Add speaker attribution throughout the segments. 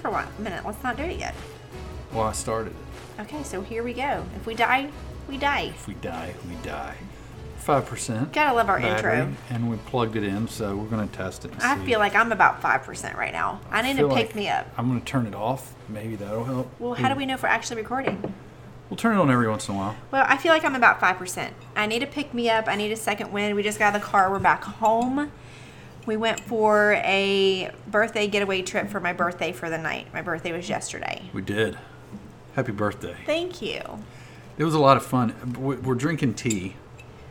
Speaker 1: for one minute. Let's not do it yet.
Speaker 2: Well, I started it.
Speaker 1: Okay, so here we go. If we die, we die.
Speaker 2: If we die, we die. Five percent.
Speaker 1: Gotta love our intro.
Speaker 2: And we plugged it in, so we're gonna test it. and
Speaker 1: I
Speaker 2: see.
Speaker 1: feel like I'm about 5% right now. I need to
Speaker 2: Feel
Speaker 1: pick
Speaker 2: like Hmm.
Speaker 1: me up.
Speaker 2: I'm gonna turn it off. Maybe that'll help.
Speaker 1: Well, how do we know if we're actually recording?
Speaker 2: We'll turn it on every once in a while.
Speaker 1: Well, I feel like I'm about 5%. I need to pick me up. I need a second wind. We just got out of the car. We're back home. We went for a birthday getaway trip for my birthday for the night. My birthday was yesterday.
Speaker 2: We did. Happy birthday.
Speaker 1: Thank you.
Speaker 2: It was a lot of fun. We- We're drinking tea,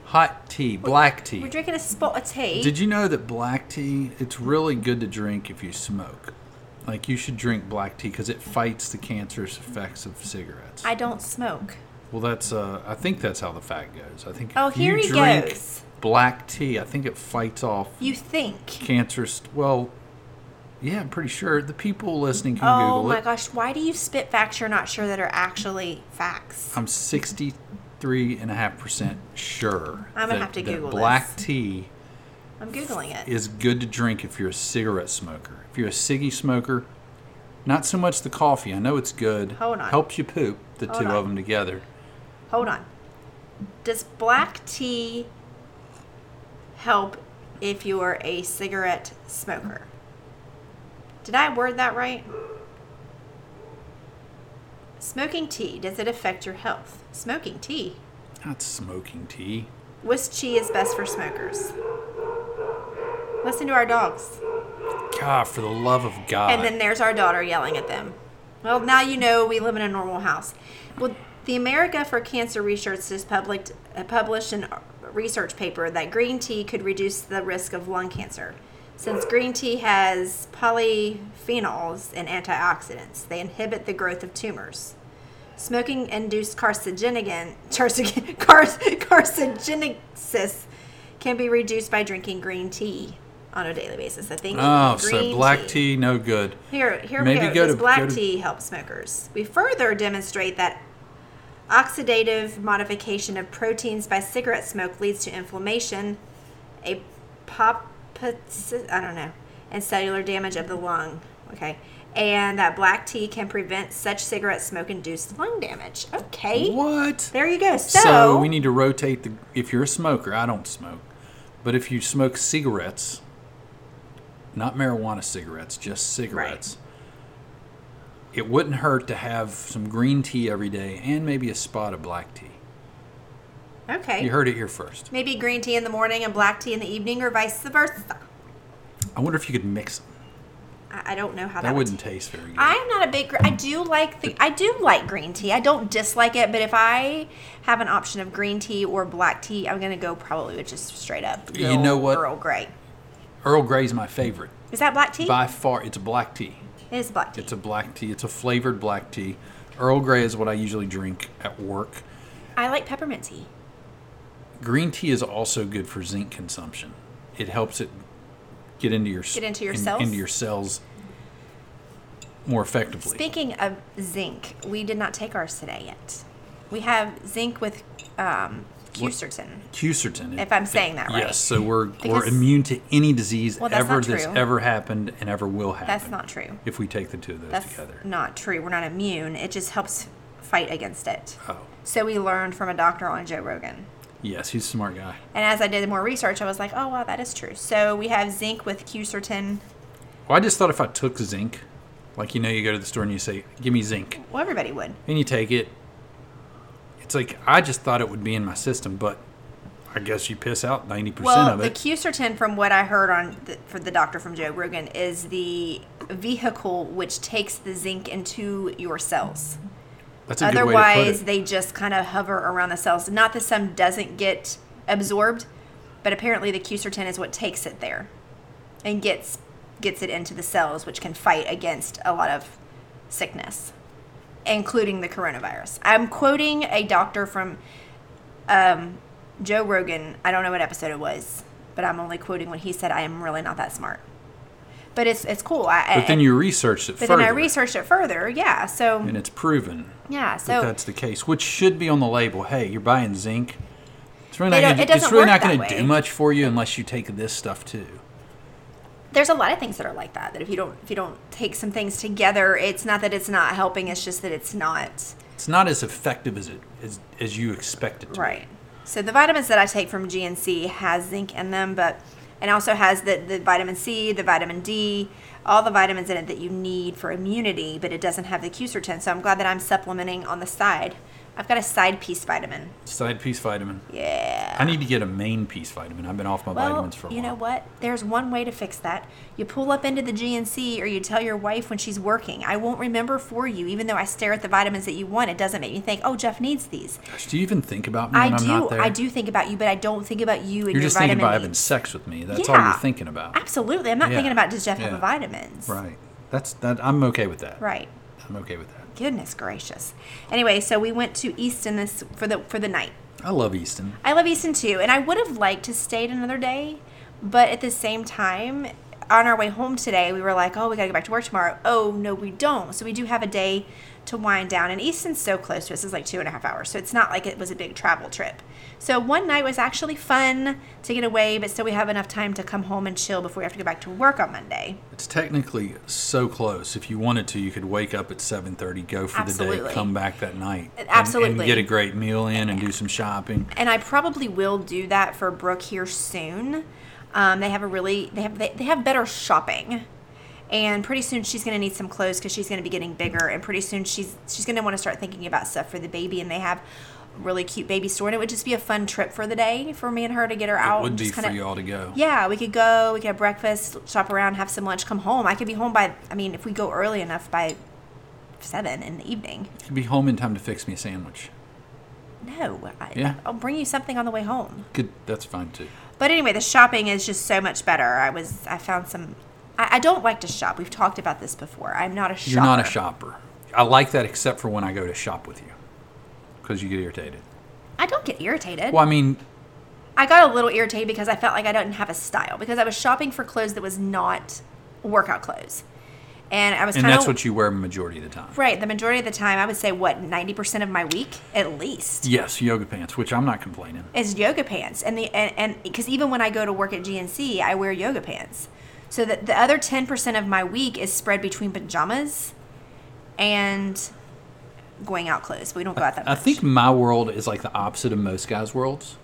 Speaker 2: hot tea, black tea.
Speaker 1: We're drinking a spot of tea.
Speaker 2: Did you know that black tea? It's really good to drink if you smoke. Like you should drink black tea because it fights the cancerous effects of cigarettes.
Speaker 1: I don't smoke.
Speaker 2: well, that's uh, I think that's how the fact goes. I think
Speaker 1: Oh,
Speaker 2: if
Speaker 1: here
Speaker 2: you
Speaker 1: he
Speaker 2: drink
Speaker 1: goes.
Speaker 2: black tea, I think it fights off
Speaker 1: You think.
Speaker 2: cancerous. Well, yeah, I'm pretty sure the people listening can
Speaker 1: Oh
Speaker 2: Google
Speaker 1: my
Speaker 2: it.
Speaker 1: gosh, why do you spit facts you're not sure that are actually facts?
Speaker 2: I'm 63.5% sure.
Speaker 1: I'm gonna
Speaker 2: that-
Speaker 1: have to
Speaker 2: that
Speaker 1: Google
Speaker 2: black
Speaker 1: this.
Speaker 2: tea
Speaker 1: I'm Googling it.
Speaker 2: is good to drink if you're a cigarette smoker. If you're a ciggy smoker, not so much the coffee. I know it's good.
Speaker 1: Hold on.
Speaker 2: Helps you poop, the
Speaker 1: Hold
Speaker 2: two
Speaker 1: on.
Speaker 2: of them together.
Speaker 1: Hold on. Does black tea help if you're a cigarette smoker? Did I word that right? Smoking tea, does it affect your health? Smoking tea.
Speaker 2: Not smoking tea.
Speaker 1: Which tea is best for smokers? Listen to our dogs.
Speaker 2: God, for the love of God.
Speaker 1: And then there's our daughter yelling at them. Well, now you know we live in a normal house. Well, the America for Cancer Research has published, uh, published an research paper that green tea could reduce the risk of lung cancer. Since green tea has polyphenols and antioxidants, they inhibit the growth of tumors. Smoking induced carcinogen, carcinogen, carcinogenesis can be reduced by drinking green tea on a daily basis. I think.
Speaker 2: oh,
Speaker 1: green
Speaker 2: so black tea. no good.
Speaker 1: here, here
Speaker 2: Maybe
Speaker 1: we go.
Speaker 2: go
Speaker 1: Does
Speaker 2: to-
Speaker 1: black
Speaker 2: go to-
Speaker 1: tea help smokers? We further demonstrate that oxidative modification of proteins by cigarette smoke leads to inflammation, a pop, I don't know, and cellular damage of the lung. Okay, and that black tea can prevent such cigarette smoke-induced lung damage. Okay,
Speaker 2: What?
Speaker 1: there you go. So,
Speaker 2: So, we need to rotate the. If you're a smoker, I don't smoke, but if you smoke cigarettes, not marijuana cigarettes, just cigarettes, it wouldn't hurt to have some green tea every day and maybe a spot of black tea.
Speaker 1: okay,
Speaker 2: You heard it here first.
Speaker 1: maybe green tea in the morning and black tea in the evening, or vice versa.
Speaker 2: I wonder if you could mix them.
Speaker 1: I, I don't know how that,
Speaker 2: That,
Speaker 1: would
Speaker 2: wouldn't taste very good.
Speaker 1: I'm not a big. gr- I do like the. I do like green tea. I don't dislike it, but if I have an option of green tea or black tea, I'm gonna go probably with just straight up.
Speaker 2: You
Speaker 1: Earl-
Speaker 2: know what?
Speaker 1: Earl Grey.
Speaker 2: Earl Grey's my favorite
Speaker 1: Is that black tea?
Speaker 2: by far. It's black tea.
Speaker 1: It is black tea.
Speaker 2: It's a black tea. It's a flavored black tea. Earl Grey is what I usually drink at work.
Speaker 1: I like peppermint tea.
Speaker 2: Green tea is also good for zinc consumption. It helps it get into your
Speaker 1: Get into your cells?
Speaker 2: into your cells more effectively.
Speaker 1: Speaking of zinc, we did not take ours today yet. We have zinc with um, Cusertin.
Speaker 2: Quercetin,
Speaker 1: If I'm saying that right.
Speaker 2: Yes, so we're we're
Speaker 1: Because-
Speaker 2: immune to any disease
Speaker 1: Well, that's
Speaker 2: ever
Speaker 1: not
Speaker 2: that's
Speaker 1: true.
Speaker 2: ever happened and ever will happen.
Speaker 1: That's not true.
Speaker 2: If we take the two of those
Speaker 1: That's
Speaker 2: together.
Speaker 1: not true. We're not immune. It just helps fight against it.
Speaker 2: Oh,
Speaker 1: So we learned from a doctor on Joe Rogan.
Speaker 2: yes, he's a smart guy.
Speaker 1: And as I did more research, I was like, oh, wow, that is true. So we have zinc with Q-certain.
Speaker 2: Well, I just thought if I took zinc, like you know, you go to the store and you say, "Give me zinc,"
Speaker 1: Well, everybody would.
Speaker 2: and you take it. It's like I just thought it would be in my system, but I guess you piss out ninety percent
Speaker 1: Well,
Speaker 2: of
Speaker 1: the
Speaker 2: it.
Speaker 1: Q-certain, from what I heard on the, for the doctor from Joe Rogan, is the vehicle which takes the zinc into your cells.
Speaker 2: That's a good way to put
Speaker 1: Otherwise,
Speaker 2: it.
Speaker 1: they just kind of hover around the cells. Not that some doesn't get absorbed, but apparently the Q-certain is what takes it there and gets gets it into the cells, which can fight against a lot of sickness, including the coronavirus. I'm quoting a doctor from um, Joe Rogan. I don't know what episode it was, but I'm only quoting when he said, "I am really not that smart." But it's it's cool. I,
Speaker 2: But then you researched it
Speaker 1: but
Speaker 2: further,
Speaker 1: then I researched it further. Yeah. So
Speaker 2: and it's proven
Speaker 1: yeah. So
Speaker 2: that that's the case, which should be on the label. Hey, you're buying zinc. It's really
Speaker 1: They
Speaker 2: not
Speaker 1: don't-
Speaker 2: gonna,
Speaker 1: it
Speaker 2: it's
Speaker 1: doesn't
Speaker 2: really
Speaker 1: work
Speaker 2: not
Speaker 1: that
Speaker 2: gonna do
Speaker 1: way.
Speaker 2: much for you unless you take this stuff too.
Speaker 1: there's a lot of things that are like that that if you don't if you don't take some things together it's not that it's not helping it's just that it's not
Speaker 2: It's not as effective as it as, as you expect it to. be.
Speaker 1: right so the vitamins that i take from gnc has zinc in them but and also has the, the vitamin c the vitamin d all the vitamins in it that you need for immunity but it doesn't have the quercetin so i'm glad that i'm supplementing on the side i've got a side piece vitamin
Speaker 2: Side piece vitamin.
Speaker 1: yeah
Speaker 2: I need to get a main piece vitamin. I've been off my
Speaker 1: Well,
Speaker 2: vitamins for a
Speaker 1: you
Speaker 2: while.
Speaker 1: know what? There's one way to fix that. You pull up into the GNC or you tell your wife when she's working. I won't remember for you, even though I stare at the vitamins that you want. It doesn't make me think, oh, Jeff needs these.
Speaker 2: Gosh, do you even think about me when
Speaker 1: I
Speaker 2: I'm
Speaker 1: do.
Speaker 2: not there?
Speaker 1: I do think about you, but I don't think about you and your
Speaker 2: You're just
Speaker 1: vitamin
Speaker 2: thinking about
Speaker 1: needs.
Speaker 2: having sex with me. That's all
Speaker 1: Yeah.
Speaker 2: you're thinking about.
Speaker 1: Absolutely. I'm not
Speaker 2: Yeah.
Speaker 1: thinking about does Jeff have
Speaker 2: Yeah.
Speaker 1: a vitamins?
Speaker 2: Right. That's that. I'm okay with that.
Speaker 1: Right.
Speaker 2: I'm okay with that.
Speaker 1: Goodness gracious. Anyway, so we went to Easton this for the for the night.
Speaker 2: I love Easton.
Speaker 1: I love Easton too, and I would have liked to stayed another day, but at the same time, on our way home today, we were like, "Oh, we gotta go back to work tomorrow." Oh no, we don't. So we do have a day to wind down, and Easton's so close to us; it's like two and a half hours, so it's not like it was a big travel trip. So one night was actually fun to get away, but still we have enough time to come home and chill before we have to go back to work on Monday.
Speaker 2: It's technically so close. If you wanted to, you could wake up at 7:30, go for the
Speaker 1: Absolutely.
Speaker 2: day, come back that night, and- and,
Speaker 1: Absolutely.
Speaker 2: get a great meal in and do some shopping.
Speaker 1: and I probably will do that for Brooke here soon. Um, they have a really they have they, they have better shopping, and pretty soon she's gonna need some clothes because she's gonna be getting bigger, and pretty soon she's she's gonna want to start thinking about stuff for the baby, and they have a really cute baby store, and it would just be a fun trip for the day for me and her to get her out.
Speaker 2: It would
Speaker 1: and
Speaker 2: be
Speaker 1: just kinda-
Speaker 2: for y'all to go.
Speaker 1: Yeah, we could go. We could have breakfast, shop around, have some lunch, come home. I could be home by I mean if we go early enough by seven in the evening.
Speaker 2: You'd be home in time to fix me a sandwich.
Speaker 1: No, I,
Speaker 2: Yeah.
Speaker 1: I'll bring you something on the way home.
Speaker 2: Good. That's fine too.
Speaker 1: But anyway, the shopping is just so much better. I was I found some. I, I don't like to shop. We've talked about this before. I'm not a shopper.
Speaker 2: You're not a shopper. I like that except for when I go to shop with you, because you get irritated.
Speaker 1: I don't get irritated.
Speaker 2: Well, I mean,
Speaker 1: I got a little irritated because I felt like I didn't have a style because I was shopping for clothes that was not workout clothes, and I was
Speaker 2: and
Speaker 1: kind
Speaker 2: that's
Speaker 1: of
Speaker 2: what you wear majority of the time.
Speaker 1: right. The majority of the time, I would say what 90% of my week at least.
Speaker 2: Yes, yoga pants, which I'm not complaining.
Speaker 1: is yoga pants and the and and because even when i go to work at gnc i wear yoga pants so that the other 10% of my week is spread between pajamas and going out clothes we don't go out that
Speaker 2: I
Speaker 1: much
Speaker 2: think my world is like the opposite of most guys' worlds.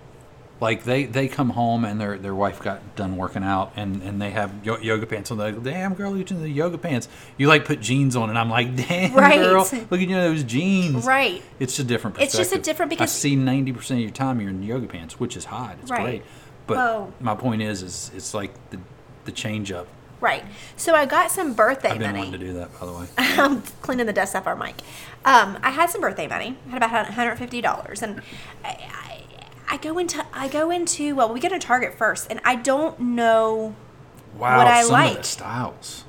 Speaker 2: Like they, they come home and their their wife got done working out and, and they have yo- yoga pants on. They're like, damn girl, you doing the yoga pants. You like put jeans on and I'm like, damn
Speaker 1: Right.
Speaker 2: girl, look at you know those jeans.
Speaker 1: right
Speaker 2: It's a different.
Speaker 1: It's
Speaker 2: Perspective.
Speaker 1: just a different because-
Speaker 2: I see ninety percent of your time you're in yoga pants, which is hot. It's
Speaker 1: Right.
Speaker 2: great. But
Speaker 1: Well-
Speaker 2: my point is, is it's like the the change up.
Speaker 1: right so i got some birthday
Speaker 2: I've been
Speaker 1: money
Speaker 2: wanting to do that by the way.
Speaker 1: I'm cleaning the dust off our mic. Um, I had some birthday money. I had about $150, and I, I, I go into I go into well, we go to Target first, and I don't know
Speaker 2: Wow,
Speaker 1: What I
Speaker 2: some of the
Speaker 1: like.
Speaker 2: styles.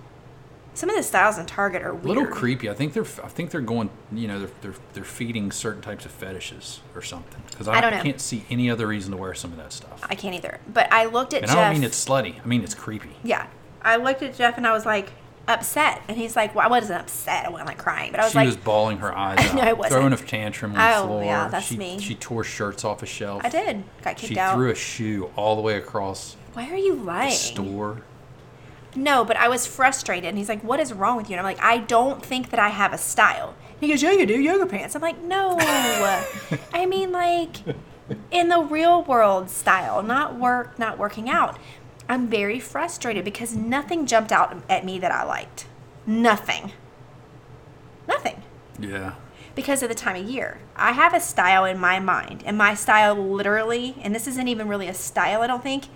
Speaker 1: some of the styles in Target are weird.
Speaker 2: A little creepy. I think they're. I think they're going. You know, they're they're, they're feeding certain types of fetishes or something. Because I,
Speaker 1: I don't know.
Speaker 2: can't see any other reason to wear some of that stuff.
Speaker 1: I can't either. But I looked at
Speaker 2: and
Speaker 1: Jeff.
Speaker 2: I don't mean it's slutty. I mean it's creepy.
Speaker 1: yeah. I looked at Jeff and I was like upset, and he's like, "Well, I wasn't upset. I wasn't like crying, but I was
Speaker 2: she
Speaker 1: like,
Speaker 2: was bawling her eyes
Speaker 1: I know, I
Speaker 2: out,
Speaker 1: wasn't.
Speaker 2: throwing a tantrum on
Speaker 1: Oh,
Speaker 2: the floor.
Speaker 1: yeah, that's
Speaker 2: she,
Speaker 1: me.
Speaker 2: She tore shirts off a shelf.
Speaker 1: I did. Got kicked
Speaker 2: She
Speaker 1: out.
Speaker 2: threw a shoe all the way across
Speaker 1: Why are you
Speaker 2: the
Speaker 1: lying?
Speaker 2: store.
Speaker 1: No, but I was frustrated, and he's like, "What is wrong with you?" And I'm like, "I don't think that I have a style." And he goes, "Yeah, you do yoga pants." I'm like, "No, I mean like in the real world style, not work, not working out." I'm very frustrated because nothing jumped out at me that I liked. Nothing. Nothing.
Speaker 2: Yeah.
Speaker 1: because of the time of year. I have a style in my mind, and my style literally, and this isn't even really a style, I don't think.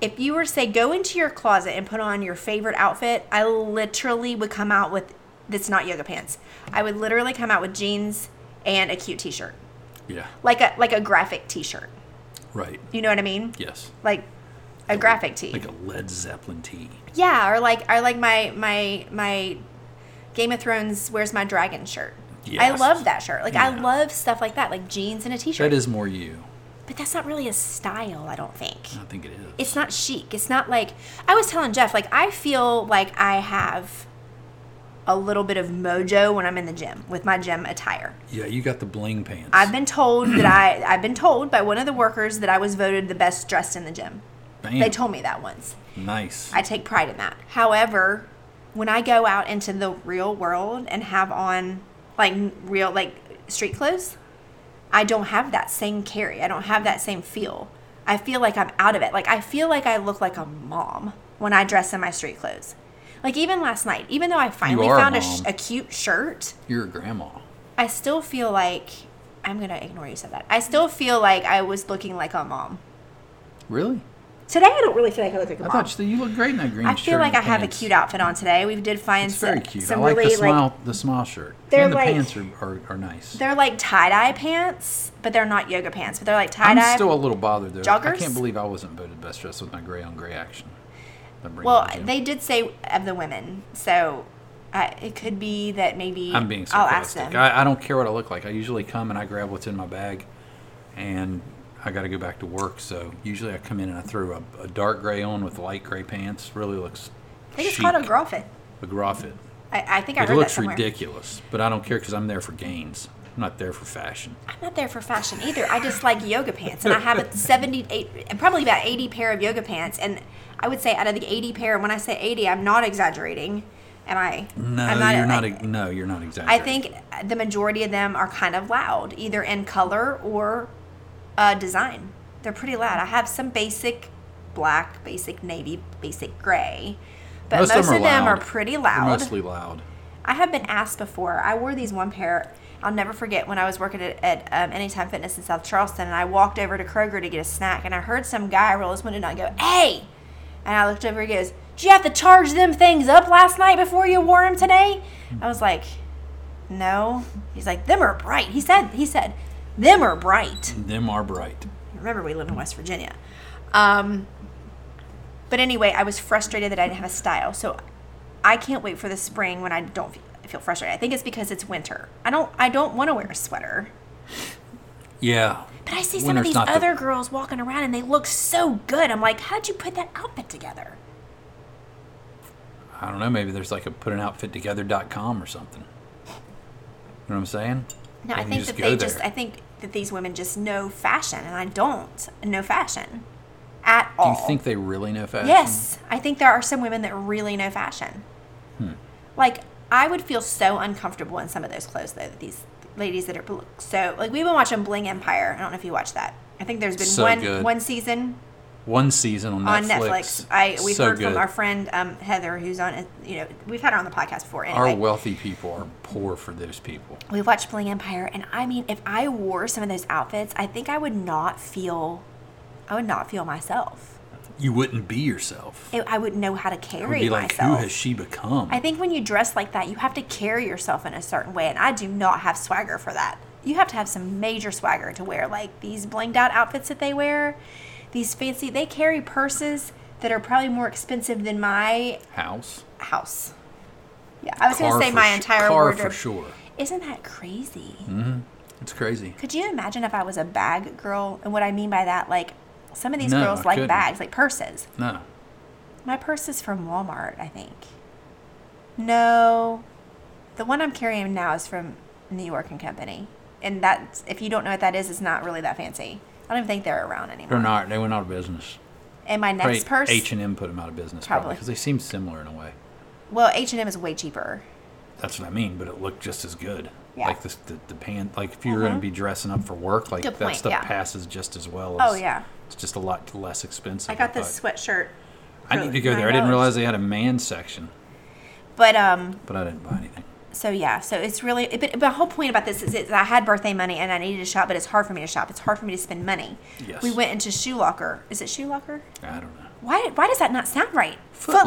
Speaker 1: If you were to say go into your closet and put on your favorite outfit, I literally would come out with that's not yoga pants. I would literally come out with jeans and a cute t-shirt.
Speaker 2: Yeah.
Speaker 1: Like a like a graphic t-shirt.
Speaker 2: Right.
Speaker 1: You know what I mean?
Speaker 2: Yes.
Speaker 1: Like a graphic tee.
Speaker 2: Like a Led Zeppelin tee.
Speaker 1: yeah, or like or like my my my Game of Thrones Where's My Dragon shirt. I
Speaker 2: Yes.
Speaker 1: love that shirt. Like I
Speaker 2: Yeah.
Speaker 1: love stuff like that, like jeans and a t-shirt.
Speaker 2: That is more you.
Speaker 1: But that's not really a style, I don't think.
Speaker 2: I think it is.
Speaker 1: It's not chic. It's not like I was telling Jeff, like I feel like I have a little bit of mojo when I'm in the gym with my gym attire.
Speaker 2: yeah, you got the bling pants.
Speaker 1: I've been told that I I've been told by one of the workers that I was voted the best dressed in the gym.
Speaker 2: Bam.
Speaker 1: They told me that once.
Speaker 2: Nice.
Speaker 1: I take pride in that. However, when I go out into the real world and have on like real like street clothes, I don't have that same carry. I don't have that same feel. I feel like I'm out of it. Like I feel like I look like a mom when I dress in my street clothes. Like even last night, even though I finally
Speaker 2: are a
Speaker 1: found a, sh-
Speaker 2: mom.
Speaker 1: a cute shirt,
Speaker 2: You're a grandma.
Speaker 1: I still feel like I'm gonna ignore you said that. I still feel like I was looking like a mom.
Speaker 2: Really?
Speaker 1: Today I don't really feel like I look like a
Speaker 2: I
Speaker 1: mom.
Speaker 2: thought you, said you look great in that green
Speaker 1: I
Speaker 2: shirt.
Speaker 1: feel like
Speaker 2: and
Speaker 1: I have a
Speaker 2: pants.
Speaker 1: cute outfit on today. We did find
Speaker 2: It's
Speaker 1: some,
Speaker 2: very cute.
Speaker 1: some
Speaker 2: I like
Speaker 1: really
Speaker 2: the smile.
Speaker 1: like
Speaker 2: the smile shirt.
Speaker 1: They're
Speaker 2: and the
Speaker 1: like-
Speaker 2: pants are, are, are nice.
Speaker 1: they're like tie dye pants, but they're not yoga pants. But they're like tie
Speaker 2: I'm
Speaker 1: dye.
Speaker 2: still a little bothered though. I
Speaker 1: joggers?
Speaker 2: can't believe I wasn't voted best dressed with my gray on gray action. I'm bringing
Speaker 1: well,
Speaker 2: it to you.
Speaker 1: they did say of the women, so I, it could be that maybe
Speaker 2: I'm being
Speaker 1: I'll ask
Speaker 2: sarcastic.
Speaker 1: them.
Speaker 2: I, I don't care what I look like. I usually come and I grab what's in my bag, and I got to go back to work. So usually I come in and I throw a, a dark gray on with light gray pants. Really looks.
Speaker 1: I think it's called a
Speaker 2: chic.
Speaker 1: girl fit.
Speaker 2: A girl fit.
Speaker 1: I, I think I
Speaker 2: It
Speaker 1: heard that
Speaker 2: looks
Speaker 1: somewhere.
Speaker 2: ridiculous, but I don't care because I'm there for gains. I'm not there for fashion.
Speaker 1: I'm not there for fashion either. I just like yoga pants, and I have a 78, probably about 80 pair of yoga pants. And I would say out of the 80 pair, and when I say 80, I'm not exaggerating. Am I?
Speaker 2: No,
Speaker 1: I'm
Speaker 2: you're not.
Speaker 1: I-
Speaker 2: ex- no, you're not
Speaker 1: I
Speaker 2: exaggerating.
Speaker 1: think the majority of them are kind of loud, either in color or uh, design. They're pretty loud. I have some basic black, basic navy, basic gray, but most, of them, are,
Speaker 2: loud.
Speaker 1: pretty
Speaker 2: They're
Speaker 1: loud.
Speaker 2: mostly loud.
Speaker 1: I have been asked before. I wore these one pair. I'll never forget when I was working at, at um, Anytime Fitness in South Charleston, and I walked over to Kroger to get a snack, and I heard some guy roll his window down and go, "Hey!" And I looked over. He goes, "Did you have to charge them things up last night before you wore them today?" I was like, "No." He's like, "Them are bright." He said. He said, "Them are bright."
Speaker 2: Them are bright.
Speaker 1: Remember, we live in West Virginia. Um, but anyway, I was frustrated that I didn't have a style. So I can't wait for the spring when I don't fe- feel frustrated. I think it's because it's winter. I don't. I don't want to wear a sweater.
Speaker 2: Yeah.
Speaker 1: But I see some
Speaker 2: Winter's
Speaker 1: of
Speaker 2: not
Speaker 1: these
Speaker 2: the-
Speaker 1: other girls walking around and they look so good. I'm like, how'd you put that outfit together?
Speaker 2: I don't know. Maybe there's like a put an outfit together.com or something. You know what I'm saying?
Speaker 1: No, I
Speaker 2: And
Speaker 1: think
Speaker 2: you just
Speaker 1: that
Speaker 2: go
Speaker 1: they just.
Speaker 2: there.
Speaker 1: I think that these women just know fashion, and I don't know fashion at all.
Speaker 2: Do you think they really know fashion?
Speaker 1: Yes, I think there are some women that really know fashion.
Speaker 2: Hmm.
Speaker 1: Like I would feel so uncomfortable in some of those clothes though. That these ladies that are bl- so like we've been watching Bling Empire. I don't know if you watch that. I think there's been
Speaker 2: So
Speaker 1: one
Speaker 2: good.
Speaker 1: one season
Speaker 2: One season on
Speaker 1: on Netflix.
Speaker 2: Netflix.
Speaker 1: I we have
Speaker 2: so
Speaker 1: heard
Speaker 2: good.
Speaker 1: from our friend um, Heather who's on. it- You know we've had her on the podcast before.
Speaker 2: Our
Speaker 1: Anyway,
Speaker 2: wealthy people are poor for those people.
Speaker 1: we watched Bling Empire, and I mean, if I wore some of those outfits, I think I would not feel. I would not feel myself.
Speaker 2: You wouldn't be yourself.
Speaker 1: I I wouldn't know how to carry
Speaker 2: It would be like,
Speaker 1: myself.
Speaker 2: who has she become?
Speaker 1: I think when you dress like that, you have to carry yourself in a certain way, and I do not have swagger for that. You have to have some major swagger to wear, like these blinged out outfits that they wear, these fancy. They carry purses that are probably more expensive than my
Speaker 2: House.
Speaker 1: house. Yeah, I was
Speaker 2: Car
Speaker 1: gonna say
Speaker 2: for
Speaker 1: my
Speaker 2: su-
Speaker 1: entire
Speaker 2: car
Speaker 1: wardrobe.
Speaker 2: for sure. Hmm?
Speaker 1: Isn't that crazy?
Speaker 2: It's crazy.
Speaker 1: Could you imagine if I was a bag girl? And what I mean by that, like some of these
Speaker 2: No,
Speaker 1: girls
Speaker 2: I
Speaker 1: like
Speaker 2: couldn't.
Speaker 1: bags, like purses.
Speaker 2: No.
Speaker 1: My purse is from Walmart, I think. No, the one I'm carrying now is from New York and Company, and that's if you don't know what that is, it's not really that fancy. I don't even think they're around
Speaker 2: They're
Speaker 1: anymore.
Speaker 2: not. They went out of business.
Speaker 1: And my next purse,
Speaker 2: H and M put them out of business probably
Speaker 1: Probably.
Speaker 2: because they seem similar in a way.
Speaker 1: well, H and M is way cheaper.
Speaker 2: That's what I mean. But it looked just as good.
Speaker 1: Yeah. Mm-hmm.
Speaker 2: Like this, the, the pan. Like if you're going to be dressing up for work, like
Speaker 1: Good
Speaker 2: that
Speaker 1: point,
Speaker 2: stuff
Speaker 1: yeah.
Speaker 2: passes just as well.
Speaker 1: Oh,
Speaker 2: as-
Speaker 1: yeah.
Speaker 2: It's just a lot less expensive.
Speaker 1: I got this
Speaker 2: thought.
Speaker 1: sweatshirt,
Speaker 2: I need to go
Speaker 1: for
Speaker 2: there. I didn't
Speaker 1: $9.
Speaker 2: realize they had a man section,
Speaker 1: but um,
Speaker 2: but I didn't buy anything.
Speaker 1: so yeah, so it's really. But, but the whole point about this is, is I had birthday money and I needed to shop, but it's hard for me to shop. It's hard for me to spend money.
Speaker 2: Yes.
Speaker 1: We went into Shoe Locker. Is it Shoe Locker?
Speaker 2: I don't know.
Speaker 1: Why? Why does that not sound right?
Speaker 2: Foot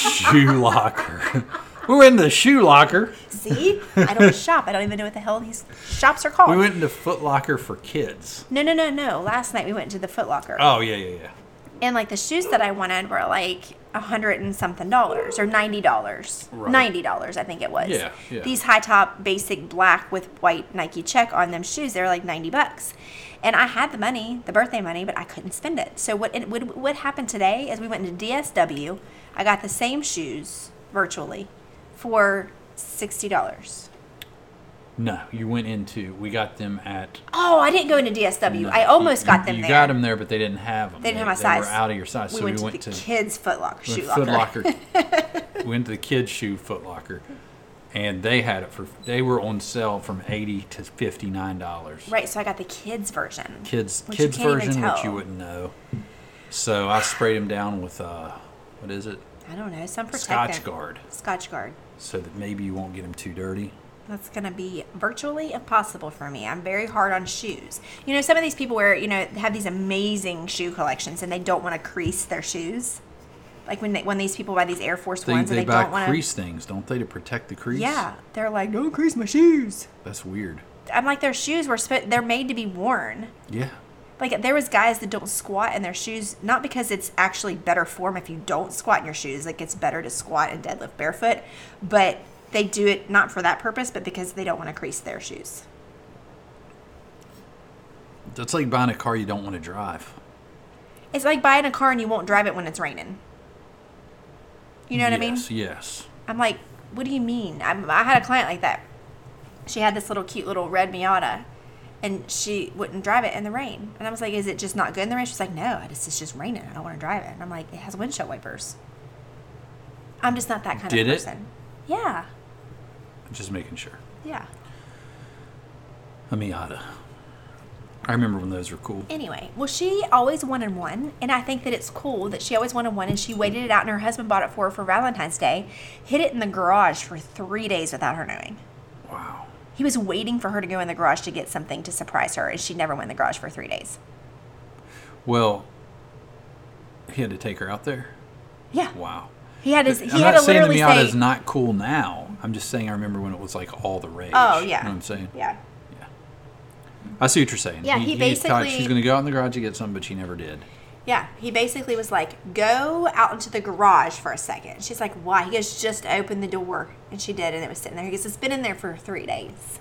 Speaker 2: shoe locker. We're in the shoe locker.
Speaker 1: See, I don't shop. I don't even know what the hell these shops are called.
Speaker 2: We went into Foot Locker for kids.
Speaker 1: no, no, no, no. Last night we went to the Foot Locker,
Speaker 2: Oh yeah, yeah, yeah.
Speaker 1: and like the shoes that I wanted were like a hundred and something dollars or ninety dollars,
Speaker 2: Right.
Speaker 1: ninety dollars I think it was.
Speaker 2: Yeah, yeah.
Speaker 1: These high top, basic black with white Nike check on them shoes. They were like ninety bucks, and I had the money, the birthday money, but I couldn't spend it. So what it, what, what happened today is we went into DSW. I got the same shoes virtually for sixty dollars.
Speaker 2: No, you went into. We got them at.
Speaker 1: Oh, I didn't go into DSW. I almost
Speaker 2: you-
Speaker 1: got them
Speaker 2: You
Speaker 1: there.
Speaker 2: got them there, but they didn't have them.
Speaker 1: They didn't have my
Speaker 2: They
Speaker 1: size.
Speaker 2: were out of your size,
Speaker 1: We
Speaker 2: so
Speaker 1: went
Speaker 2: we
Speaker 1: to
Speaker 2: went
Speaker 1: the
Speaker 2: to
Speaker 1: kids' Foot Locker,
Speaker 2: went
Speaker 1: shoe
Speaker 2: to
Speaker 1: locker.
Speaker 2: Foot Locker. went to the kids' shoe Foot Locker, and they had it for. They were on sale from eighty to fifty nine dollars.
Speaker 1: Right, so I got the kids version.
Speaker 2: Kids
Speaker 1: Which you
Speaker 2: kids
Speaker 1: can't even
Speaker 2: version, which you
Speaker 1: tell.
Speaker 2: wouldn't know. So I sprayed them down with uh, what is it?
Speaker 1: I don't know some protectant.
Speaker 2: Scotch Guard,
Speaker 1: Scotch guard.
Speaker 2: so that maybe you won't get them too dirty.
Speaker 1: That's going to be virtually impossible for me. I'm very hard on shoes. You know, some of these people wear, you know, have these amazing shoe collections and they don't want to crease their shoes. Like when they, when these people buy these Air Force
Speaker 2: They,
Speaker 1: ones
Speaker 2: they,
Speaker 1: and they
Speaker 2: buy
Speaker 1: don't want to.
Speaker 2: crease things, don't they, to protect the crease?
Speaker 1: Yeah, they're like, don't crease my shoes.
Speaker 2: That's weird.
Speaker 1: I'm like, their shoes were sp- they're made to be worn.
Speaker 2: Yeah.
Speaker 1: Like there was guys that don't squat in their shoes, not because it's actually better form if you don't squat in your shoes. Like it's better to squat and deadlift barefoot, but they do it not for that purpose, but because they don't want to crease their shoes.
Speaker 2: That's like buying a car you don't want to drive.
Speaker 1: It's like buying a car and you won't drive it when it's raining. You know what I mean?
Speaker 2: yes, Yes.
Speaker 1: I'm like, what do you mean? I'm, I had a client like that. She had this little cute little red Miata, and she wouldn't drive it in the rain. And I was like, is it just not good in the rain? She's like, no, it's, it's just raining. I don't want to drive it. And I'm like, it has windshield wipers. I'm just not that kind
Speaker 2: Did
Speaker 1: of
Speaker 2: it?
Speaker 1: person. Yeah,
Speaker 2: Just making sure.
Speaker 1: yeah.
Speaker 2: A Miata. I remember when those were cool.
Speaker 1: Anyway, well, she always wanted one, and I think that it's cool that she always wanted one, and she waited it out, and her husband bought it for her for Valentine's Day, hid it in the garage for three days without her knowing.
Speaker 2: Wow.
Speaker 1: He was waiting for her to go in the garage to get something to surprise her, and she never went in the garage for three days.
Speaker 2: Well, he had to take her out there.
Speaker 1: Yeah,
Speaker 2: Wow.
Speaker 1: he had his. He
Speaker 2: I'm
Speaker 1: had
Speaker 2: not
Speaker 1: to
Speaker 2: saying the
Speaker 1: literally
Speaker 2: Miata
Speaker 1: say,
Speaker 2: is not cool now. I'm just saying I remember when it was like all the rage.
Speaker 1: "Oh
Speaker 2: You
Speaker 1: yeah."
Speaker 2: know what I'm saying?
Speaker 1: Yeah,
Speaker 2: I see what you're saying.
Speaker 1: Yeah, he
Speaker 2: thought
Speaker 1: basically-
Speaker 2: she's going to go out in the garage to get something, but she never did.
Speaker 1: yeah. He basically was like, "Go out into the garage for a second. She's like, "Why?" He goes, "Just open the door," and she did, and it was sitting there. He goes, "It's been in there for three days."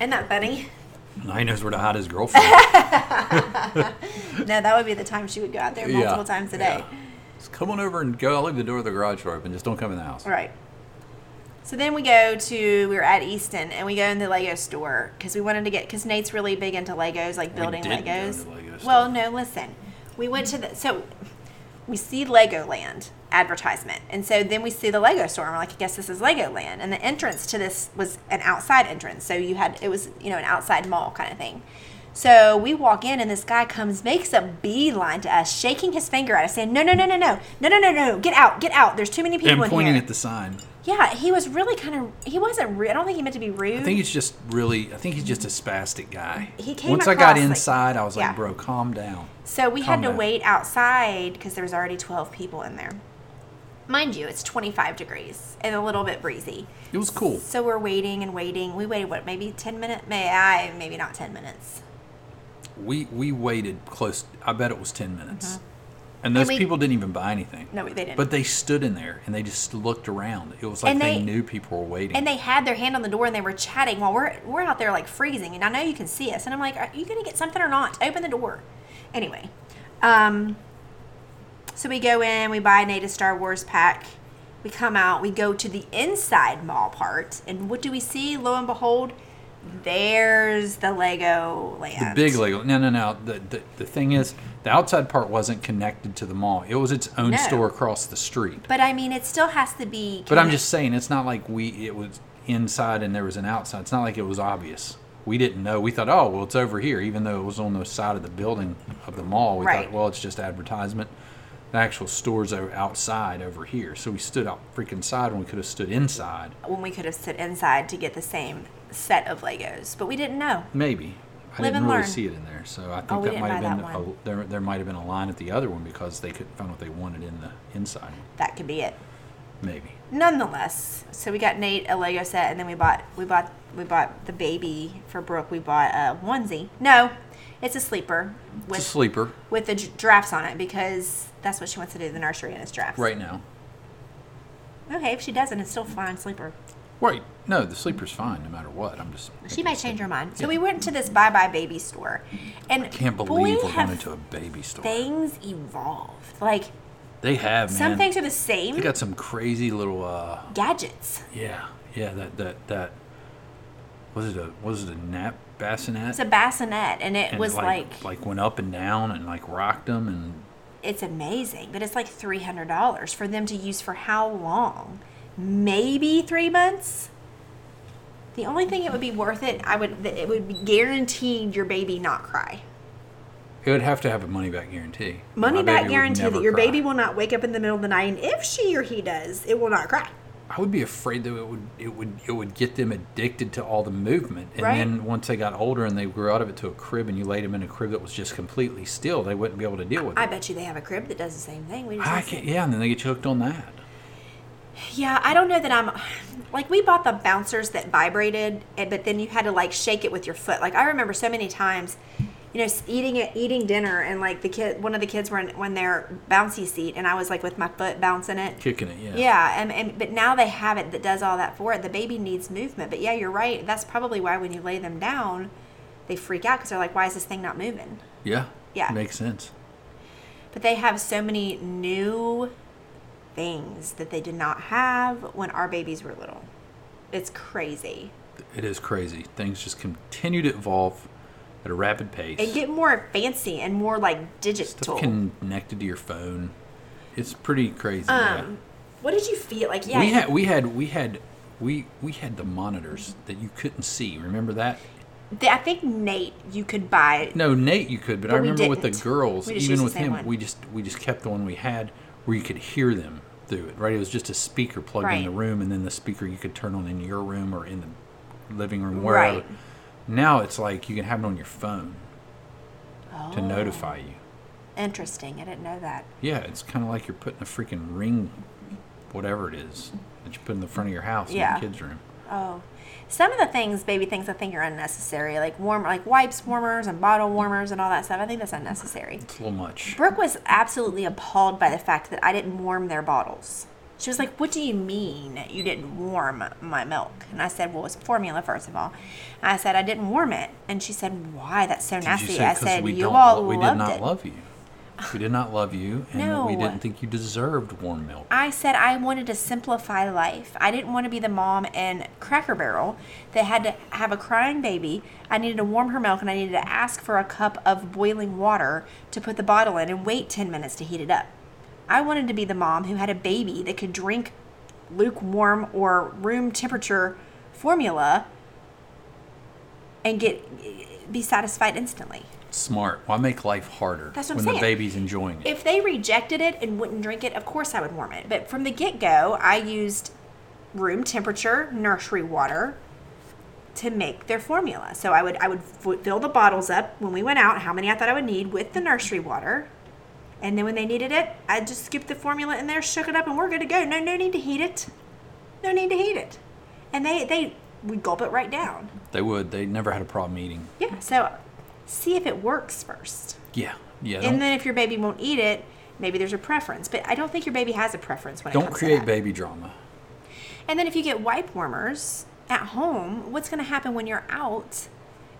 Speaker 1: Isn't that funny?
Speaker 2: Now he knows where to hide his girlfriend.
Speaker 1: no, that would be the time she would go out there multiple times a day.
Speaker 2: yeah. Just come on over and go. I'll leave the door of the garage door open. Just don't come in the house.
Speaker 1: Right. So then we go to we were at Easton and we go in the Lego store because we wanted to get because Nate's really big into Legos like building
Speaker 2: didn't go
Speaker 1: Legos.
Speaker 2: to Lego store.
Speaker 1: well, no, listen, we went to the so we see Legoland advertisement and so then we see the Lego store and we're like, I guess this is Legoland and the entrance to this was an outside entrance so you had it was you know an outside mall kind of thing. So we walk in and this guy comes, makes a beeline to us, shaking his finger at us, saying, "No, no, no, no, no, no, no, no, no, get out, get out! There's too many people
Speaker 2: And
Speaker 1: in
Speaker 2: pointing
Speaker 1: here."
Speaker 2: at the sign.
Speaker 1: Yeah, he was really kind of. He wasn't. Re- I don't think he meant to be rude.
Speaker 2: I think he's just really. I think he's just a spastic guy.
Speaker 1: He came
Speaker 2: Once I
Speaker 1: across,
Speaker 2: got
Speaker 1: like-
Speaker 2: inside, I was
Speaker 1: yeah.
Speaker 2: like, "Bro, calm down."
Speaker 1: so we had to
Speaker 2: Comment.
Speaker 1: wait outside because there was already twelve people in there. Mind you, it's twenty-five degrees and a little bit breezy.
Speaker 2: It was cool.
Speaker 1: So we're waiting and waiting. We waited what, maybe ten minutes? May I? Maybe not ten minutes.
Speaker 2: We we waited close. I bet it was ten minutes, and those
Speaker 1: Uh-huh. we-
Speaker 2: people didn't even buy anything.
Speaker 1: No, they didn't.
Speaker 2: But they stood in there and they just looked around. It was like
Speaker 1: And
Speaker 2: they,
Speaker 1: they-
Speaker 2: knew people were waiting.
Speaker 1: and they had their hand on the door and they were chatting while we're we're out there like freezing and I know you can see us and I'm like are you gonna get something or not open the door anyway um so we go in we buy Nate a Star Wars pack we come out we go to the inside mall part and what do we see lo and behold there's the Lego
Speaker 2: the
Speaker 1: land
Speaker 2: big Lego. No, no, no. The, the the thing is, the outside part wasn't connected to the mall. It was its own
Speaker 1: No.
Speaker 2: store across the street.
Speaker 1: but I mean it still has to be
Speaker 2: But I'm just saying, it's not like we it was inside and there was an outside. It's not like it was obvious. We didn't know. We thought, oh, well, it's over here, even though it was on the side of the building of the mall. We
Speaker 1: Right.
Speaker 2: thought, well, it's just advertisement. The actual stores are outside over here. So we stood out freaking side when we could have stood inside.
Speaker 1: when we could have stood inside to get the same set of Legos but we didn't know
Speaker 2: Maybe. I
Speaker 1: Live
Speaker 2: didn't
Speaker 1: and
Speaker 2: really
Speaker 1: learn.
Speaker 2: see it in there. So I think
Speaker 1: Oh, we
Speaker 2: that
Speaker 1: didn't
Speaker 2: might have
Speaker 1: buy
Speaker 2: been
Speaker 1: that
Speaker 2: a,
Speaker 1: one.
Speaker 2: there, there might have been a line at the other one because they couldn't find what they wanted in the inside one.
Speaker 1: that could be it
Speaker 2: Maybe.
Speaker 1: nonetheless so we got nate a lego set and then we bought we bought we bought the baby for brooke we bought a onesie no it's a sleeper with
Speaker 2: It's a sleeper
Speaker 1: with the gi- giraffes on it because that's what she wants to do in the nursery and it's giraffes
Speaker 2: right now.
Speaker 1: okay if she doesn't it's still fine sleeper
Speaker 2: Right. No, the sleeper's fine no matter what. I'm just.
Speaker 1: she may change her mind so we went to this bye bye baby store and
Speaker 2: Can't believe
Speaker 1: boy,
Speaker 2: we're
Speaker 1: have
Speaker 2: going into a baby store. They,
Speaker 1: things evolved like
Speaker 2: have man.
Speaker 1: some things are the same
Speaker 2: They got some crazy little. uh
Speaker 1: gadgets
Speaker 2: Yeah, yeah. That that that was it a was it a nap bassinet?
Speaker 1: It's a bassinet, and it
Speaker 2: and
Speaker 1: was like,
Speaker 2: like went up and down and like rocked them and
Speaker 1: it's amazing, but it's like three hundred dollars for them to use for how long? Maybe three months. The only thing it would be worth it, I would. that It would be guaranteed your baby not cry.
Speaker 2: it would have to have a money back guarantee.
Speaker 1: Money
Speaker 2: My baby
Speaker 1: back
Speaker 2: would
Speaker 1: guarantee
Speaker 2: never
Speaker 1: that your
Speaker 2: cry.
Speaker 1: baby will not wake up in the middle of the night, and if she or he does, it will not cry.
Speaker 2: I would be afraid that it would it would it would get them addicted to all the movement, and
Speaker 1: Right.
Speaker 2: then once they got older and they grew out of it to a crib, and you laid them in a crib that was just completely still, they wouldn't be able to deal with
Speaker 1: I
Speaker 2: it.
Speaker 1: bet you they have a crib that does the same thing. We just
Speaker 2: I
Speaker 1: don't see
Speaker 2: can't.
Speaker 1: it.
Speaker 2: Yeah, and then they get you hooked on that.
Speaker 1: Yeah, I don't know that I'm like we bought the bouncers that vibrated, and- but then you had to like shake it with your foot. Like I remember so many times, you know, s- eating it, eating dinner, and like the kid, one of the kids were in when their bouncy seat, and I was like with my foot bouncing it.
Speaker 2: Kicking it, yeah.
Speaker 1: Yeah, and, and but now they have it that does all that for it. The baby needs movement, but yeah, you're right. That's probably why when you lay them down, they freak out because they're like, "Why is this thing not moving?"
Speaker 2: Yeah.
Speaker 1: Yeah.
Speaker 2: Makes sense.
Speaker 1: But they have so many new things that they did not have when our babies were little. It's crazy.
Speaker 2: It is crazy. Things just continue to evolve at a rapid pace.
Speaker 1: And get more fancy and more like digital.
Speaker 2: Stuff connected to your phone. It's pretty crazy. yeah.
Speaker 1: um, what did you feel like? Yeah,
Speaker 2: we had we had we had we we had the monitors that you couldn't see. Remember that?
Speaker 1: th- I think Nate, you could buy.
Speaker 2: No, Nate, you could, but, I
Speaker 1: But we
Speaker 2: remember with the
Speaker 1: didn't.
Speaker 2: girls,
Speaker 1: We just
Speaker 2: even
Speaker 1: used the
Speaker 2: with
Speaker 1: same
Speaker 2: him,
Speaker 1: one.
Speaker 2: we just we just kept the one we had where you could hear them through it. Right? It was just a speaker plugged in
Speaker 1: Right.
Speaker 2: the room, and then the speaker you could turn on in your room or in the living room, wherever.
Speaker 1: Right.
Speaker 2: Now it's like you can have it on your phone to
Speaker 1: Oh.
Speaker 2: notify you.
Speaker 1: Interesting. I didn't know that.
Speaker 2: Yeah, it's kind of like you're putting a freaking ring, whatever it is, that you put in the front of your house
Speaker 1: Yeah.
Speaker 2: in your kids' room.
Speaker 1: Oh, some of the things, baby things, I think are unnecessary. Like warm, like wipes, warmers, and bottle warmers, and all that stuff. I think that's unnecessary.
Speaker 2: It's a little much.
Speaker 1: Brooke was absolutely appalled by the fact that I didn't warm their bottles. She was like, What do you mean you didn't warm my milk? And I said, Well, it's formula, first of all. And I said, I didn't warm it. And she said, Why? That's so
Speaker 2: Did
Speaker 1: nasty.
Speaker 2: you say
Speaker 1: I
Speaker 2: 'cause
Speaker 1: said,
Speaker 2: we
Speaker 1: You
Speaker 2: don't,
Speaker 1: all
Speaker 2: we
Speaker 1: loved
Speaker 2: did not
Speaker 1: it.
Speaker 2: love you. We did not love you, and we
Speaker 1: No.
Speaker 2: didn't think you deserved warm milk.
Speaker 1: I said I wanted to simplify life. I didn't want to be the mom in Cracker Barrel that had to have a crying baby. I needed to warm her milk and I needed to ask for a cup of boiling water to put the bottle in and wait 10 minutes to heat it up. I wanted to be the mom who had a baby that could drink lukewarm or room temperature formula and get be satisfied instantly.
Speaker 2: Smart. Why make life harder
Speaker 1: That's what
Speaker 2: when
Speaker 1: I'm
Speaker 2: the
Speaker 1: saying.
Speaker 2: baby's enjoying it?
Speaker 1: If they rejected it and wouldn't drink it, of course I would warm it. But from the get go, I used room temperature nursery water to make their formula. So I would I would f- fill the bottles up when we went out, how many I thought I would need with the nursery water. And then when they needed it, I just scooped the formula in there, shook it up, and we're good to go. No, no need to heat it. No need to heat it. And they they would gulp it right down.
Speaker 2: they would. They never had a problem eating.
Speaker 1: Yeah. So see if it works first.
Speaker 2: Yeah, yeah. Don't,
Speaker 1: And then if your baby won't eat it, maybe there's a preference. But I don't think your baby has a preference when it
Speaker 2: don't
Speaker 1: comes
Speaker 2: create
Speaker 1: to that.
Speaker 2: baby drama.
Speaker 1: And then if you get wipe warmers at home, what's going to happen when you're out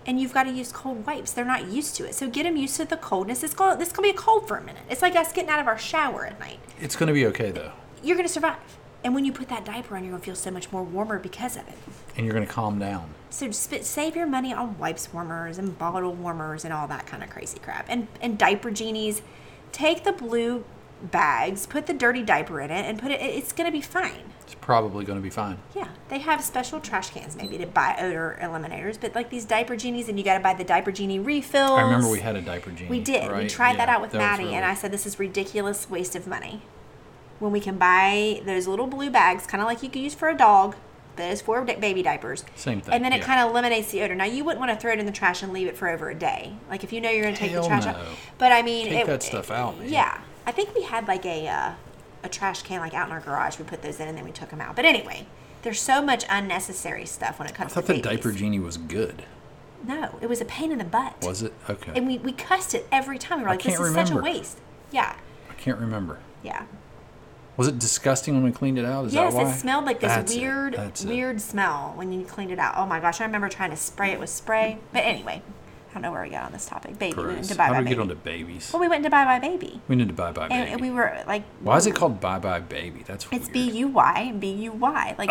Speaker 1: and you've got to use cold wipes? They're not used to it. So get them used to the coldness. It's going this going to be cold for a minute. It's like us getting out of our shower at night.
Speaker 2: It's going to be okay though,
Speaker 1: You're going to survive. And when you put that diaper on, you're going to feel so much more warmer because of it.
Speaker 2: and you're going to calm down.
Speaker 1: So just sp- save your money on wipes warmers and bottle warmers and all that kind of crazy crap. And and diaper genies, take the blue bags, put the dirty diaper in it, and put it. it- It's gonna be fine.
Speaker 2: It's probably going to be fine.
Speaker 1: Yeah, they have special trash cans maybe to buy odor eliminators, but like these diaper genies, and you gotta buy the diaper genie refills.
Speaker 2: I remember we had a diaper genie.
Speaker 1: We did. We
Speaker 2: right?
Speaker 1: tried that
Speaker 2: Yeah,
Speaker 1: out with
Speaker 2: was
Speaker 1: Maddie, and
Speaker 2: really-
Speaker 1: I said this is ridiculous waste of money. When we can buy those little blue bags, kind of like you could use for a dog, those four di- baby diapers.
Speaker 2: Same thing,
Speaker 1: And then it
Speaker 2: yeah.
Speaker 1: kind of eliminates the odor. Now you wouldn't want to throw it in the trash and leave it for over a day, like if you know you're going to take
Speaker 2: Hell
Speaker 1: the trash
Speaker 2: no.
Speaker 1: out. But I mean,
Speaker 2: Take
Speaker 1: it,
Speaker 2: that stuff out, man.
Speaker 1: Yeah, I think we had like a uh, a trash can like out in our garage. We put those in, and then we took them out. But anyway, there's so much unnecessary stuff when it
Speaker 2: I
Speaker 1: comes
Speaker 2: thought
Speaker 1: to
Speaker 2: that
Speaker 1: babies.
Speaker 2: diaper genie was good.
Speaker 1: No, it was a pain in the butt
Speaker 2: Was it okay?
Speaker 1: and we, we cussed it every time. We were like, this
Speaker 2: can't
Speaker 1: is such a
Speaker 2: remember.
Speaker 1: waste. Yeah,
Speaker 2: I can't remember.
Speaker 1: yeah.
Speaker 2: Was it disgusting when we cleaned it out? Is
Speaker 1: yes,
Speaker 2: that why?
Speaker 1: it smelled like this
Speaker 2: That's it.
Speaker 1: weird,
Speaker 2: That's it.
Speaker 1: weird smell when you cleaned it out. Oh my gosh, I remember trying to spray it with spray. But anyway, don't know where we got on this topic. Baby. We went
Speaker 2: Gross.
Speaker 1: to Bye
Speaker 2: How do
Speaker 1: Bye
Speaker 2: we
Speaker 1: Baby.
Speaker 2: get onto babies?
Speaker 1: well, we went to Bye Bye Baby.
Speaker 2: We need to bye bye
Speaker 1: And
Speaker 2: baby.
Speaker 1: we were like,
Speaker 2: Why is it called bye bye baby? That's weird.
Speaker 1: It's B U Y, B U Y. Like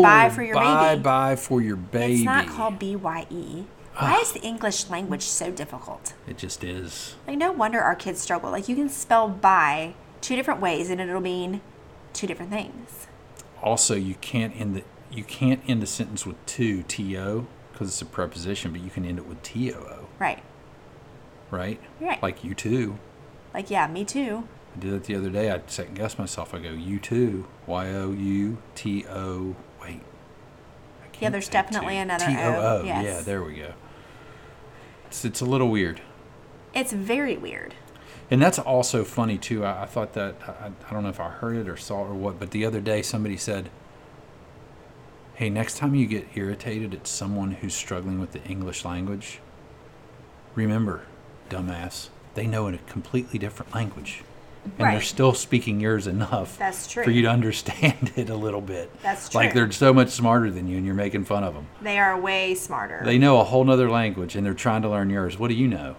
Speaker 1: bye bye for your
Speaker 2: Bye
Speaker 1: baby.
Speaker 2: bye for your baby.
Speaker 1: It's not called B Y E. Why is the English language so difficult?
Speaker 2: It just is.
Speaker 1: Like, no wonder our kids struggle. Like, you can spell by two different ways and it'll mean two different things.
Speaker 2: Also, you can't end the you can't end a sentence with to to because it's a preposition, but you can end it with too,
Speaker 1: Right.
Speaker 2: right?
Speaker 1: Right.
Speaker 2: Like you too.
Speaker 1: Like, yeah, me too.
Speaker 2: I did it the other day. I second guessed myself. I go you too. Y o u t o. Wait. I can't
Speaker 1: there's
Speaker 2: say
Speaker 1: definitely
Speaker 2: to.
Speaker 1: another O,
Speaker 2: T-O-O. Yeah,
Speaker 1: yes.
Speaker 2: there we go. It's, it's a little weird.
Speaker 1: It's very weird.
Speaker 2: And that's also funny too. I, I thought that I, I don't know if I heard it or saw it or what, but the other day somebody said, "Hey, next time you get irritated at someone who's struggling with the English language, remember, dumbass, they know in a completely different language, and they're
Speaker 1: Right.
Speaker 2: still speaking yours enough
Speaker 1: That's
Speaker 2: for
Speaker 1: true.
Speaker 2: you to understand it a little bit.
Speaker 1: That's
Speaker 2: Like
Speaker 1: true.
Speaker 2: they're so much smarter than you, and you're making fun of them.
Speaker 1: They are way smarter.
Speaker 2: They know a whole nother language, and they're trying to learn yours. What do you know?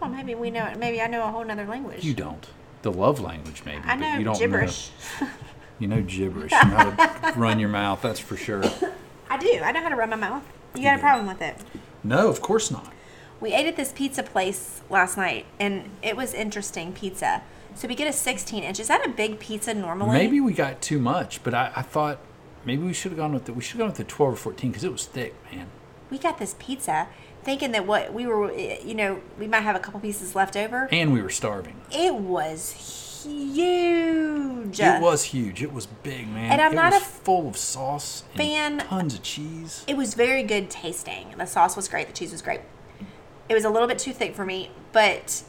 Speaker 1: well, maybe we know, maybe I know a whole nother language.
Speaker 2: You don't. The love language, maybe.
Speaker 1: I
Speaker 2: but you
Speaker 1: know
Speaker 2: don't
Speaker 1: gibberish.
Speaker 2: You know gibberish. You know how to run your mouth, that's for sure.
Speaker 1: I do. I know how to run my mouth. You got a
Speaker 2: do.
Speaker 1: problem with it.
Speaker 2: No, of course not.
Speaker 1: We ate at this pizza place last night, and it was interesting pizza. So we get a 16 inch. Is that a big pizza normally?
Speaker 2: Maybe we got too much, but I, I thought maybe we should have gone with the we should have gone with the twelve or fourteen because it was thick, man.
Speaker 1: We got this pizza, thinking that what we were, eh, you know, we might have a couple pieces left over.
Speaker 2: And we were starving.
Speaker 1: It was huge.
Speaker 2: It was huge. It was big, man.
Speaker 1: And I'm
Speaker 2: it
Speaker 1: not
Speaker 2: was
Speaker 1: a
Speaker 2: full of sauce and
Speaker 1: fan-
Speaker 2: tons of cheese.
Speaker 1: It was very good tasting. The sauce was great. The cheese was great. It was a little bit too thick for me, but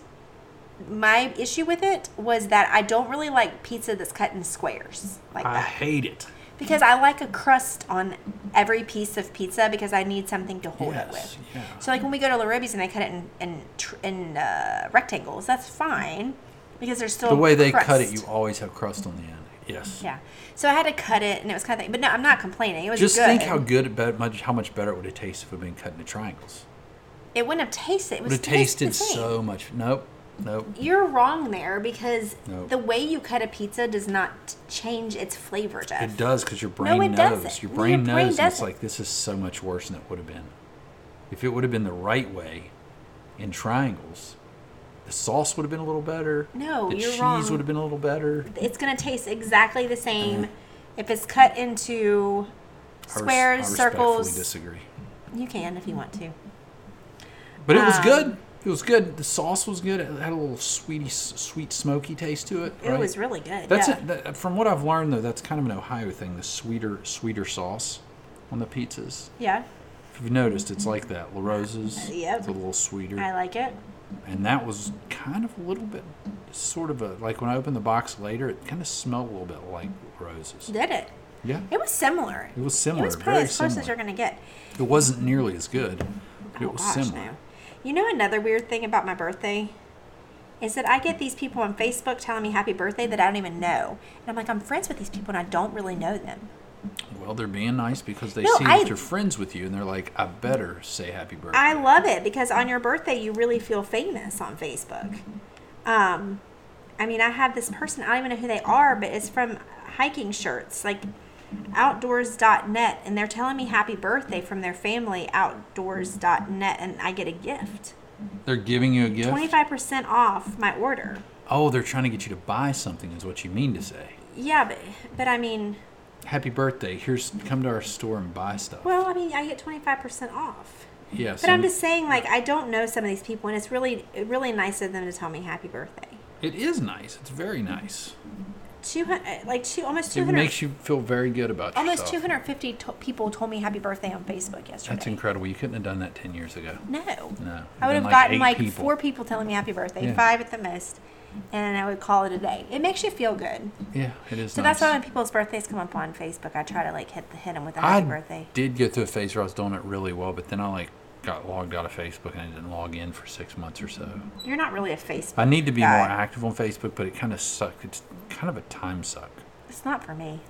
Speaker 1: my issue with it was that I don't really like pizza that's cut in squares like
Speaker 2: I
Speaker 1: that.
Speaker 2: hate it.
Speaker 1: Because I like a crust on every piece of pizza because I need something to hold it with.
Speaker 2: Yes. Yeah.
Speaker 1: So like when we go to La Ruby's and they cut it in in, tr- in uh, rectangles, that's fine because there's still
Speaker 2: The way they cut it,
Speaker 1: crust.
Speaker 2: you always have crust on the end. Yes.
Speaker 1: yeah. So I had to cut it and it was kind of thing, but no, I'm not complaining. It was
Speaker 2: Just
Speaker 1: good.
Speaker 2: think how good, it bet- much, how much better it would have tasted if it had been cut into triangles.
Speaker 1: it wouldn't have tasted. It
Speaker 2: It
Speaker 1: was
Speaker 2: would have
Speaker 1: just the
Speaker 2: tasted
Speaker 1: same.
Speaker 2: so much. Nope. Nope.
Speaker 1: You're wrong there because
Speaker 2: No.
Speaker 1: the way you cut a pizza does not change its flavor, Jeff.
Speaker 2: It does because your
Speaker 1: No,
Speaker 2: brain
Speaker 1: it
Speaker 2: knows.
Speaker 1: doesn't.
Speaker 2: Your
Speaker 1: No,
Speaker 2: brain
Speaker 1: your brain
Speaker 2: knows. and it's
Speaker 1: doesn't.
Speaker 2: like this is so much worse than it would have been. If it would have been the right way, in triangles, the sauce would have been a little better.
Speaker 1: No,
Speaker 2: the
Speaker 1: you're
Speaker 2: cheese
Speaker 1: wrong.
Speaker 2: would have been a little better.
Speaker 1: It's gonna taste exactly the same if it's cut into
Speaker 2: Mm-hmm. I res- I
Speaker 1: squares,
Speaker 2: respectfully
Speaker 1: circles.
Speaker 2: Disagree.
Speaker 1: You can if you want to.
Speaker 2: But it was
Speaker 1: Um,
Speaker 2: good. It was good. The sauce was good. It had a little sweety, s- sweet, smoky taste to it.
Speaker 1: It
Speaker 2: right?
Speaker 1: was really good.
Speaker 2: That's
Speaker 1: yeah.
Speaker 2: it. That, uh, from what I've learned, though, that's kind of an Ohio thing. The sweeter, sweeter sauce on the pizzas.
Speaker 1: Yeah,
Speaker 2: If you've noticed, it's like that. La Rosa's.
Speaker 1: Uh, Yep.
Speaker 2: It's a little sweeter.
Speaker 1: I like it.
Speaker 2: and that was kind of a little bit sort of a like when I opened the box later, it kind of smelled a little bit like roses.
Speaker 1: Did it?
Speaker 2: Yeah,
Speaker 1: It was similar.
Speaker 2: it was similar,
Speaker 1: It was probably
Speaker 2: very
Speaker 1: as close
Speaker 2: similar.
Speaker 1: as you're gonna get.
Speaker 2: It wasn't nearly as good. but
Speaker 1: Oh,
Speaker 2: It was
Speaker 1: gosh,
Speaker 2: similar.
Speaker 1: no. You know another weird thing about my birthday is that I get these people on Facebook telling me happy birthday that I don't even know, and I'm like, I'm friends with these people and I don't really know them.
Speaker 2: Well, they're being nice because they
Speaker 1: No,
Speaker 2: see
Speaker 1: I-
Speaker 2: that they're friends with you, and they're like, "I better say happy birthday."
Speaker 1: I love it because on your birthday you really feel famous on Facebook. Um, I mean, I have this person I don't even know who they are, but it's from hiking shirts like outdoors.net, and they're telling me happy birthday from their family outdoors.net, and I get a gift
Speaker 2: they're giving you a gift.
Speaker 1: twenty five percent off my order.
Speaker 2: Oh, they're trying to get you to buy something, is what you mean to say.
Speaker 1: Yeah, but but I mean,
Speaker 2: Happy birthday! Here's come to our store and buy stuff.
Speaker 1: well, I mean, I get twenty five percent off.
Speaker 2: yes,
Speaker 1: But I'm just saying, like, I don't know some of these people, and it's really, really nice of them to tell me happy birthday.
Speaker 2: it is nice. It's very nice.
Speaker 1: Two hundred, like two, almost two
Speaker 2: It
Speaker 1: hundred.
Speaker 2: makes you feel very good about
Speaker 1: Almost
Speaker 2: yourself.
Speaker 1: 250 to- people told me happy birthday on Facebook yesterday.
Speaker 2: That's incredible. You couldn't have done that 10 years ago.
Speaker 1: No.
Speaker 2: No.
Speaker 1: I would
Speaker 2: Been
Speaker 1: have
Speaker 2: like
Speaker 1: gotten
Speaker 2: eight
Speaker 1: like
Speaker 2: people.
Speaker 1: four people telling me happy birthday,
Speaker 2: Yeah.
Speaker 1: five at the most, and I would call it a day. It makes you feel good.
Speaker 2: Yeah, it is
Speaker 1: So
Speaker 2: nice.
Speaker 1: that's why when people's birthdays come up on Facebook, I try to like hit the, hit them with a
Speaker 2: I
Speaker 1: happy birthday.
Speaker 2: did get to a phase where I was doing it really well, but then I like got logged out of Facebook and I didn't log in for six months or so.
Speaker 1: You're not really a Facebook.
Speaker 2: I need to be
Speaker 1: guy.
Speaker 2: more active on Facebook, but it kind of sucked. It's kind of a time suck.
Speaker 1: It's not for me.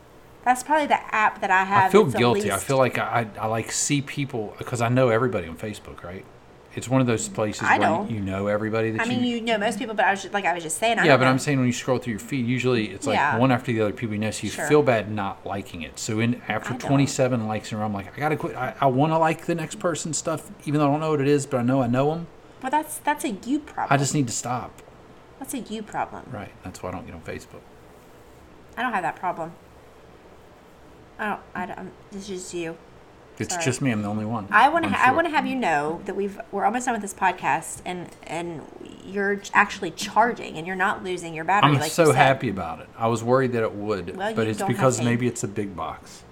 Speaker 1: That's probably the app that I have.
Speaker 2: I feel
Speaker 1: that's the
Speaker 2: guilty. I
Speaker 1: least-
Speaker 2: feel like I, I, I like see people because I know everybody on Facebook, right? It's one of those places
Speaker 1: I
Speaker 2: where
Speaker 1: don't.
Speaker 2: you know everybody that
Speaker 1: I mean, you know most people, but I was just, like I was just saying. I
Speaker 2: Yeah,
Speaker 1: don't
Speaker 2: but
Speaker 1: know.
Speaker 2: I'm saying when you scroll through your feed, usually it's like
Speaker 1: Yeah.
Speaker 2: one after the other people you know, so you
Speaker 1: Sure.
Speaker 2: feel bad not liking it. So in after
Speaker 1: I don't.
Speaker 2: 27 likes in a row, I'm like, I gotta quit. I, I want to like the next person's stuff, even though I don't know what it is, but I know I know them.
Speaker 1: Well, that's that's a you problem.
Speaker 2: I just need to stop.
Speaker 1: that's a you problem.
Speaker 2: Right. That's why I don't get on Facebook.
Speaker 1: I don't have that problem. I don't. I don't. This is just you.
Speaker 2: It's
Speaker 1: Sorry.
Speaker 2: just me. I'm the only one.
Speaker 1: I want to.
Speaker 2: I'm
Speaker 1: Ha- I
Speaker 2: sure.
Speaker 1: want to have you know that we've we're almost done with this podcast, and and you're ch- actually charging, and you're not losing your battery.
Speaker 2: I'm
Speaker 1: like you
Speaker 2: so
Speaker 1: said.
Speaker 2: happy about it. I was worried that it would,
Speaker 1: Well,
Speaker 2: but
Speaker 1: you
Speaker 2: it's
Speaker 1: don't have
Speaker 2: because
Speaker 1: faith.
Speaker 2: maybe it's a big box.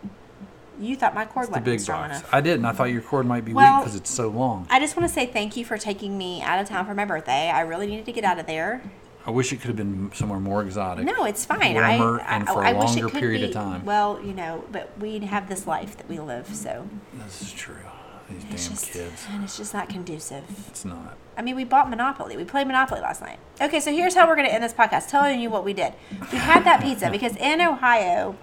Speaker 1: You thought my cord
Speaker 2: The
Speaker 1: wasn't
Speaker 2: big
Speaker 1: strong
Speaker 2: box.
Speaker 1: enough.
Speaker 2: I didn't. I thought your cord might be weak 'cause
Speaker 1: Well-
Speaker 2: weak because it's so long. I,
Speaker 1: I just want to say thank you for taking me out of town for my birthday. I really needed to get out of there.
Speaker 2: wish it could have been somewhere more exotic.
Speaker 1: No, it's fine.
Speaker 2: Warmer
Speaker 1: I,
Speaker 2: and
Speaker 1: I,
Speaker 2: for a
Speaker 1: I wish it
Speaker 2: longer
Speaker 1: could
Speaker 2: period
Speaker 1: be,
Speaker 2: of time.
Speaker 1: Well, you know, but we have this life that we live, so
Speaker 2: This is true. These
Speaker 1: it's
Speaker 2: damn
Speaker 1: just
Speaker 2: kids.
Speaker 1: and it's just not conducive.
Speaker 2: It's not.
Speaker 1: I mean, we bought Monopoly. We played Monopoly last night. Okay, so here's how we're going to end this podcast telling you what we did. We had that pizza because in Ohio,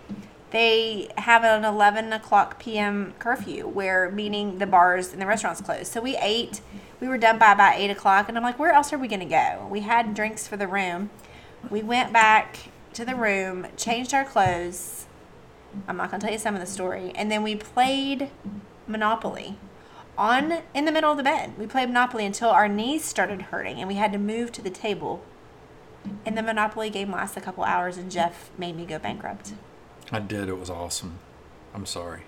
Speaker 1: they have an 11 o'clock p.m. curfew where meaning the bars and the restaurants close. So we ate. We were done by about 8 o'clock, and I'm like, where else are we going to go? We had drinks for the room. We went back to the room, changed our clothes. I'm not going to tell you some of the story. And then we played Monopoly on in the middle of the bed. We played Monopoly until our knees started hurting and we had to move to the table. And the Monopoly game lasted a couple hours and Jeff made me go bankrupt.
Speaker 2: I did. It was awesome. I'm sorry.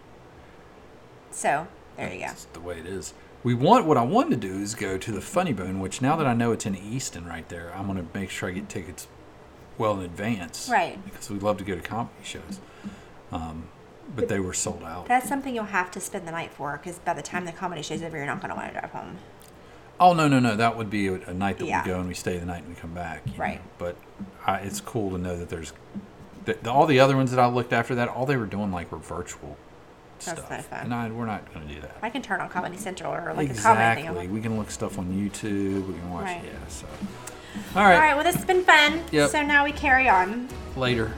Speaker 1: So there you go.
Speaker 2: It's the way it is. We want what I wanted to do is go to the Funny Bone, which now that I know it's in Easton right there, I'm gonna make sure I get tickets well in advance.
Speaker 1: Right.
Speaker 2: Because we love to go to comedy shows. Um, but they were sold out.
Speaker 1: That's something you'll have to spend the night for because by the time the comedy show's over, you're not going to want to drive home.
Speaker 2: Oh no no no! That would be a, a night that
Speaker 1: Yeah.
Speaker 2: we go and we stay the night and we come back. you
Speaker 1: Right.
Speaker 2: know. But I, it's cool to know that there's that the, all the other ones that I looked after that all they were doing like were virtual
Speaker 1: That's
Speaker 2: stuff,
Speaker 1: no fun.
Speaker 2: and I, we're not going to do that.
Speaker 1: I can turn on Comedy Central or like a comedy
Speaker 2: exactly.
Speaker 1: thing. I'm like,
Speaker 2: we can look stuff on YouTube. We can watch.
Speaker 1: Right.
Speaker 2: Yeah. So.
Speaker 1: All right, well, this has been fun.
Speaker 2: Yep.
Speaker 1: So now we carry on.
Speaker 2: Later.